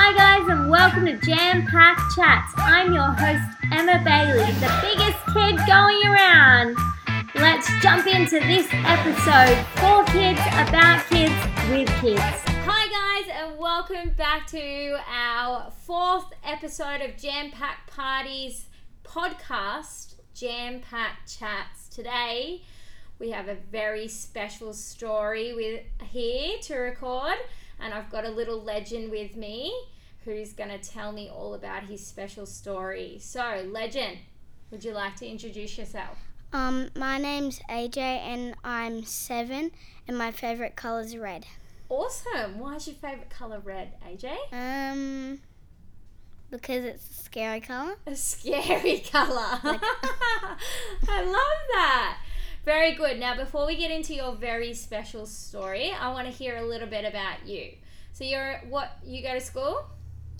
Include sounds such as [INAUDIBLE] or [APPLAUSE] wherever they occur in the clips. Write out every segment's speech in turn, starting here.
and welcome to Jam Pack Chats. I'm your host, Emma Bailey, the biggest kid going around. Let's jump into this episode for kids, about kids, with kids. Hi, guys, and welcome back to our fourth episode of Jam Pack Parties podcast, Jam Pack Chats. Today, we have a very special story with here to record and I've got a little legend with me who's going to tell me all about his special story. So, legend, would you like to introduce yourself? Um, my name's AJ and I'm seven, and my favorite color is red. Awesome. Why is your favorite color red, AJ? Um, because it's a scary color. A scary [LAUGHS] color. I love that. Very good. Now, before we get into your very special story, I want to hear a little bit about you. So, you're what? You go to school?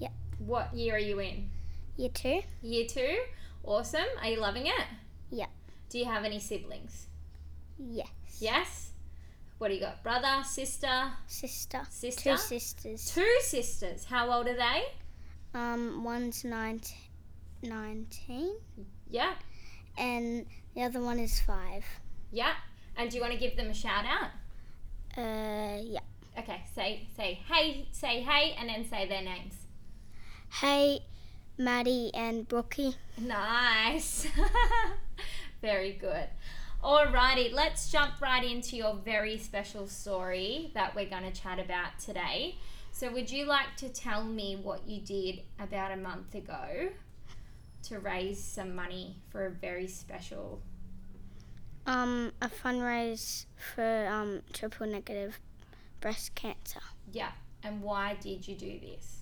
Yep. What year are you in? You too? Year two. Awesome. Are you loving it? Yep. Do you have any siblings? Yes. Yes. What do you got? Brother, sister, Sister. Sister? Two sisters. two sisters. How old are they? Um, one's 19, 19 Yeah. and the other one is five. Yeah. And do you want to give them a shout out? Uh, yeah. Okay. Say say hey, say hey, and then say their names. Hey, Maddie and Brookie. Nice. [LAUGHS] very good. Alrighty, let's jump right into your very special story that we're going to chat about today. So, would you like to tell me what you did about a month ago to raise some money for a very special? Um, a fundraise for um triple negative breast cancer. Yeah. And why did you do this?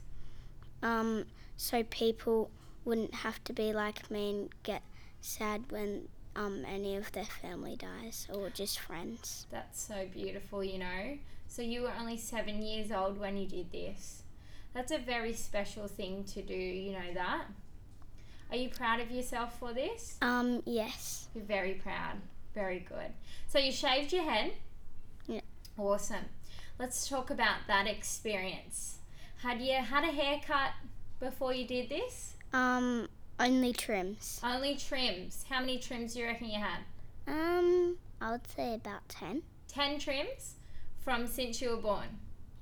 um, so people wouldn't have to be like me and get sad when um, any of their family dies or just friends. That's so beautiful, you know. So you were only seven years old when you did this. That's a very special thing to do, you know that. Are you proud of yourself for this? Um, yes, You're very proud. Very good. So you shaved your head? Yeah. Awesome. Let's talk about that experience. Had you had a haircut before you did this? um, only trims. Only trims. How many trims do you reckon you had? Um, I would say about 10. Ten trims from since you were born.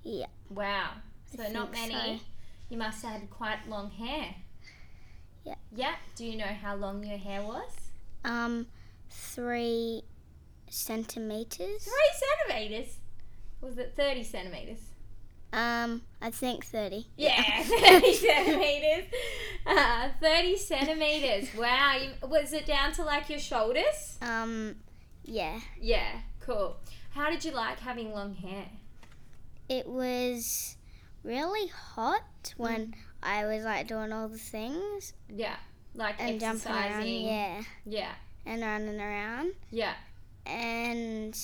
Yeah. Wow. So not think many. so. You must have had quite long hair. Yeah. Yeah. Do you know how long your hair was? Um, three centimeters. Three centimeters. Was it thirty centimeters? Um, I think 30. [LAUGHS] Yeah, 30 centimeters. Uh, 30 centimeters. [LAUGHS] Wow. You, was it down to like your shoulders? Um, yeah. Yeah, cool. How did you like having long hair? It was really hot when Mm. I was like doing all the things Yeah, like and jumping around. exercising. Yeah. yeah, and running around yeah. and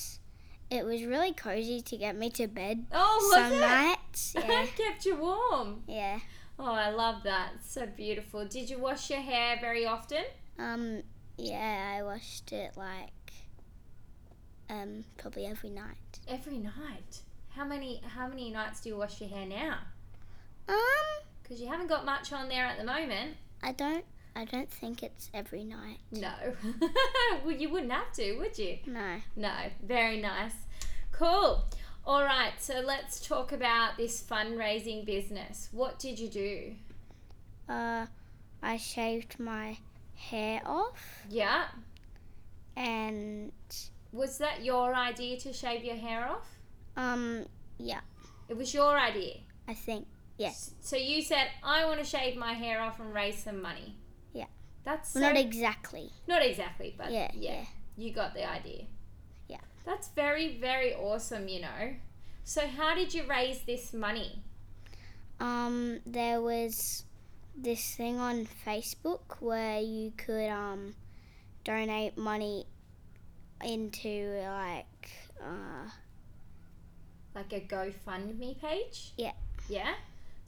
it was really cozy to get me to bed Oh, was some it? [LAUGHS] nights yeah Kept you warm. yeah Oh, I love that. It's so beautiful. Did you wash your hair very often? um yeah i washed it like um probably every night Every night. How many How many nights do you wash your hair now? um Because you haven't got much on there at the moment. i don't i don't think it's every night No. [LAUGHS] well, you wouldn't have to, would you? no No, very nice. Cool. All right, so let's talk about this fundraising business. What did you do? uh i shaved my hair off Yeah. and Was that your idea to shave your hair off? um yeah It was your idea. i think yeah S- So you said, I want to shave my hair off and raise some money. Yeah. That's so, well, not exactly not exactly, but yeah yeah. yeah You got the idea. Yeah. That's very, very awesome, you know. So, how did you raise this money? Um, there was this thing on Facebook where you could um donate money into like uh Like a GoFundMe page? Yeah. Yeah?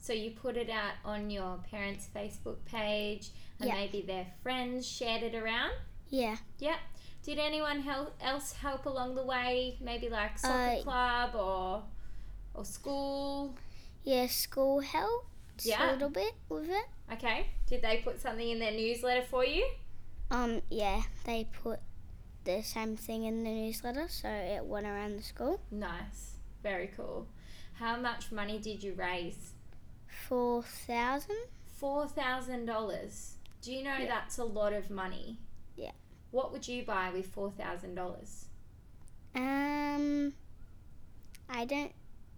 So, you put it out on your parents' Facebook page and Yeah. maybe their friends shared it around? yeah Yeah. Did anyone hel- else help along the way? Maybe like soccer Uh, club or or school? yeah school helped helped Yeah. a little bit with it. Okay. Did they put something in their newsletter for you? Um, yeah, they put the same thing in the newsletter, so it went around the school. Nice. Very cool. How much money did you raise? Four thousand. $4,000. Do you know Yeah. that's a lot of money? Yeah. What would you buy with $4,000? Um, I don't.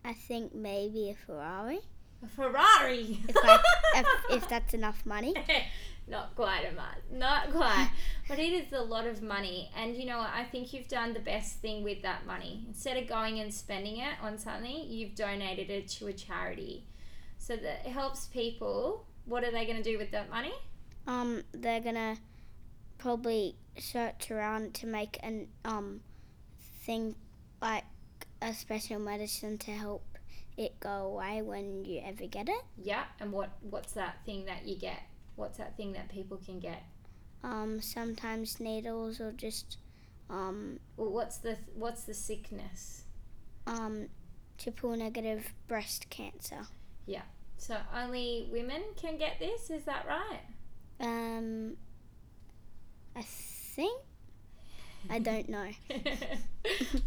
I think maybe a Ferrari, A [LAUGHS] Ferrari! if, I, if, [LAUGHS] if that's enough money. not quite a month. Not quite. but it is a lot of money. And you know what? I think you've done the best thing with that money. Instead of going and spending it on something, you've donated it to a charity. So that it helps people. What are they going to do with that money? Um, they're gonna probably search around to make an um thing like a special medicine to help it go away when you ever get it. Yeah. And what what's that thing that you get? What's that thing that people can get? Um, sometimes needles or just um Well, what's the what's the sickness? um triple negative breast cancer. So only women can get this. Is that right? Um, I think I don't know. [LAUGHS]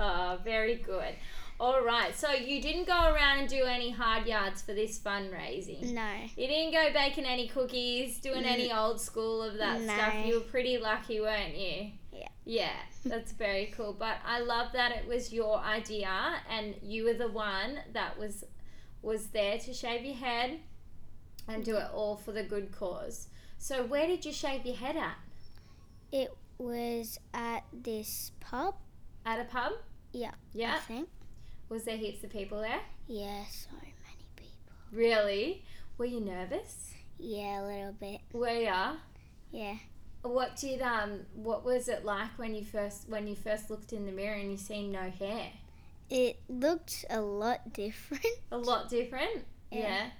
oh, very good. All right. So you didn't go around and do any hard yards for this fundraising. No, You didn't go baking any cookies, doing any old school of that Mm. No. stuff. You were pretty lucky, weren't you? Yeah. Yeah, that's very cool. But I love that it was your idea and you were the one that was was there to shave your head and do it all for the good cause. So where did you shave your head at? it was at this pub. At a pub? Yeah. I Yeah. think. Was there heaps of people there? Yeah, so many people. Really? Were you nervous? Yeah, a little bit. Were ya? Yeah. What did um what was it like when you first when you first looked in the mirror and you seen no hair? It looked a lot different. [LAUGHS] A lot different? Yeah.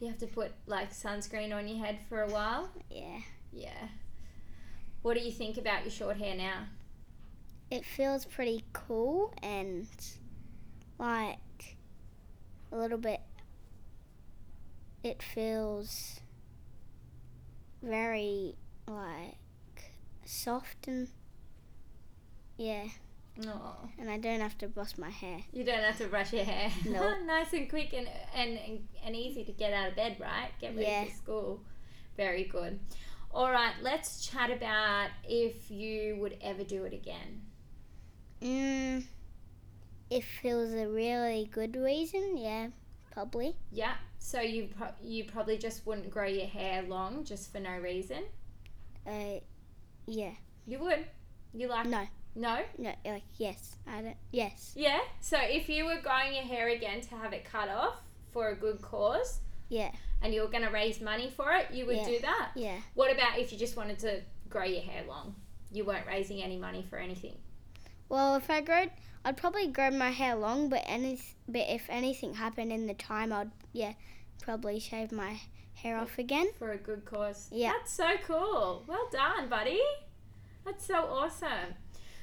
You have to put like sunscreen on your head for a while? Yeah. Yeah. What do you think about your short hair now? It feels pretty cool and like a little bit it feels very like soft and yeah, No. and I don't have to brush my hair. You don't have to brush your hair. [LAUGHS] No. nice and quick and, and and easy to get out of bed, right? Get ready Yeah. for school. Very good. All right, let's chat about if you would ever do it again. Mm, if it was a really good reason, yeah, probably. Yeah. So you pro- you probably just wouldn't grow your hair long just for no reason. Uh, yeah. You would. You like No, no? no, like yes, I don't. Yes, Yeah. So if you were growing your hair again to have it cut off for a good cause yeah, and you were going to raise money for it, you would Yeah. do that. yeah, What about if you just wanted to grow your hair long? You weren't raising any money for anything. Well, if I growed, I'd probably grow my hair long, but any, but if anything happened in the time, I'd yeah, probably shave my hair off again. For a good cause. Yeah. That's so cool. Well done, buddy. That's so awesome.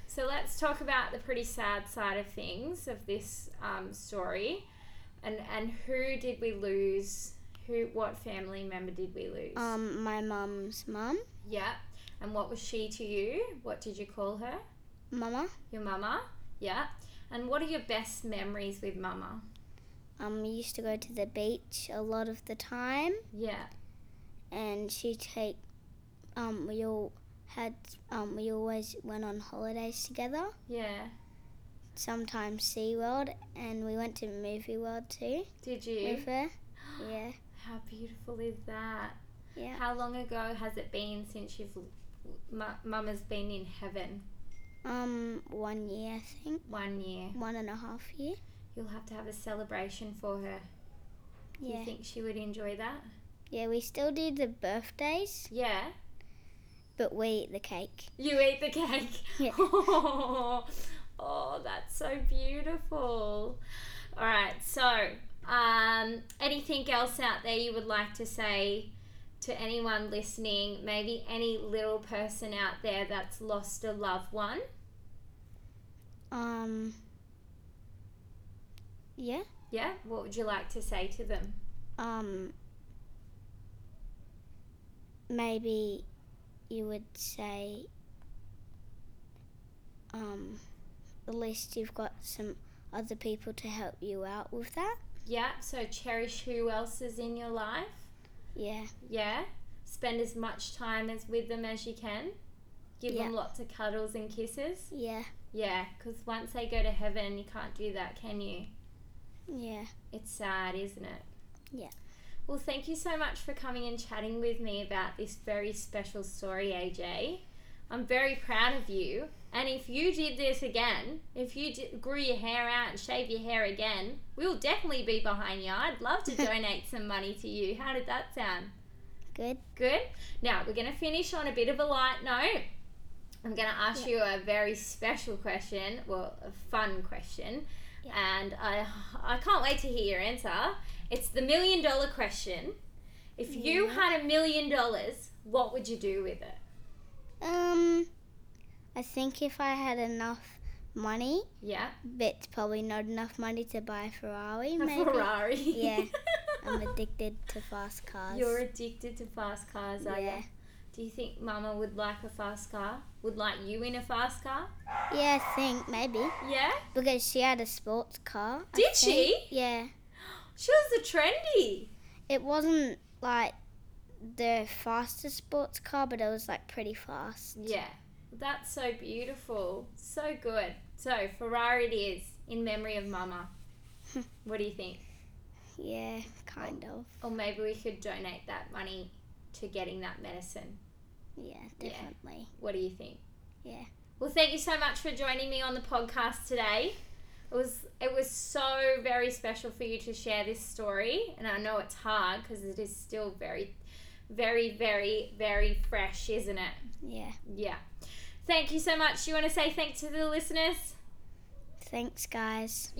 So let's talk about the pretty sad side of things of this um, story. And, and who did we lose? Who what family member did we lose? Um, my mum's mum, Yeah. And what was she to you? What did you call her? mama, Your mama? Yeah. And what are your best memories with mama? um, we used to go to the beach a lot of the time, Yeah. and she take, um, we all had, um, we always went on holidays together. Yeah. Sometimes Sea World, and we went to Movie World too Did you? with her. Yeah, How beautiful is that? yeah. How long ago has it been since you've mu- mum has been in heaven? Um, one year, I think, One year. one and a half year. You'll have to have a celebration for her. Do Yeah. you think she would enjoy that? Yeah, we still do the birthdays, Yeah. but we eat [LAUGHS] the cake. You eat the cake. Yeah. [LAUGHS] Oh, that's so beautiful. All right. So, um, anything else out there you would like to say to anyone listening? Maybe any little person out there that's lost a loved one. Um. Yeah. Yeah. What would you like to say to them? um, maybe you would say, um, at least you've got some other people to help you out with that. Yeah, so cherish who else is in your life. Yeah, Yeah. Spend as much time as with them as you can. Give them Yeah. lots of cuddles and kisses. yeah, Yeah, because once they go to heaven, you can't do that, can you? yeah. It's sad, isn't it? Yeah. Well, thank you so much for coming and chatting with me about this very special story, AJ. I'm very proud of you. And if you did this again, if you d- grew your hair out and shaved your hair again, we'll definitely be behind you. I'd love to donate some money to you. How did that sound? Good. Good. Now we're going to finish on a bit of a light note. I'm going to ask you a very special question, well, a fun question, Yeah. and I I can't wait to hear your answer. It's the million dollar question. If you Yeah. had a million dollars, what would you do with it? Um, I think if I had enough money, Yeah, but it's probably not enough money to buy a Ferrari. a maybe. Ferrari. [LAUGHS] Yeah. I'm addicted to fast cars. You're addicted to fast cars, are yeah. you? Do you think Mama would like a fast car? Would like you in a fast car? Yeah, I think maybe Yeah. because she had a sports car. I Did she? think. Yeah, She was a trendy. it wasn't like the fastest sports car, but it was like pretty fast. Yeah, that's so beautiful. So good. So, Ferrari it is in memory of Mama. what do you think? Yeah, kind of. Or maybe we could donate that money to getting that medicine. Yeah, Yeah. definitely. What do you think? Yeah. Well, thank you so much for joining me on the podcast today. It was it was so very special for you to share this story, and I know it's hard because it is still very, very, very, very fresh, isn't it? Yeah. Yeah. Thank you so much. You want to say thanks to the listeners? Thanks, guys.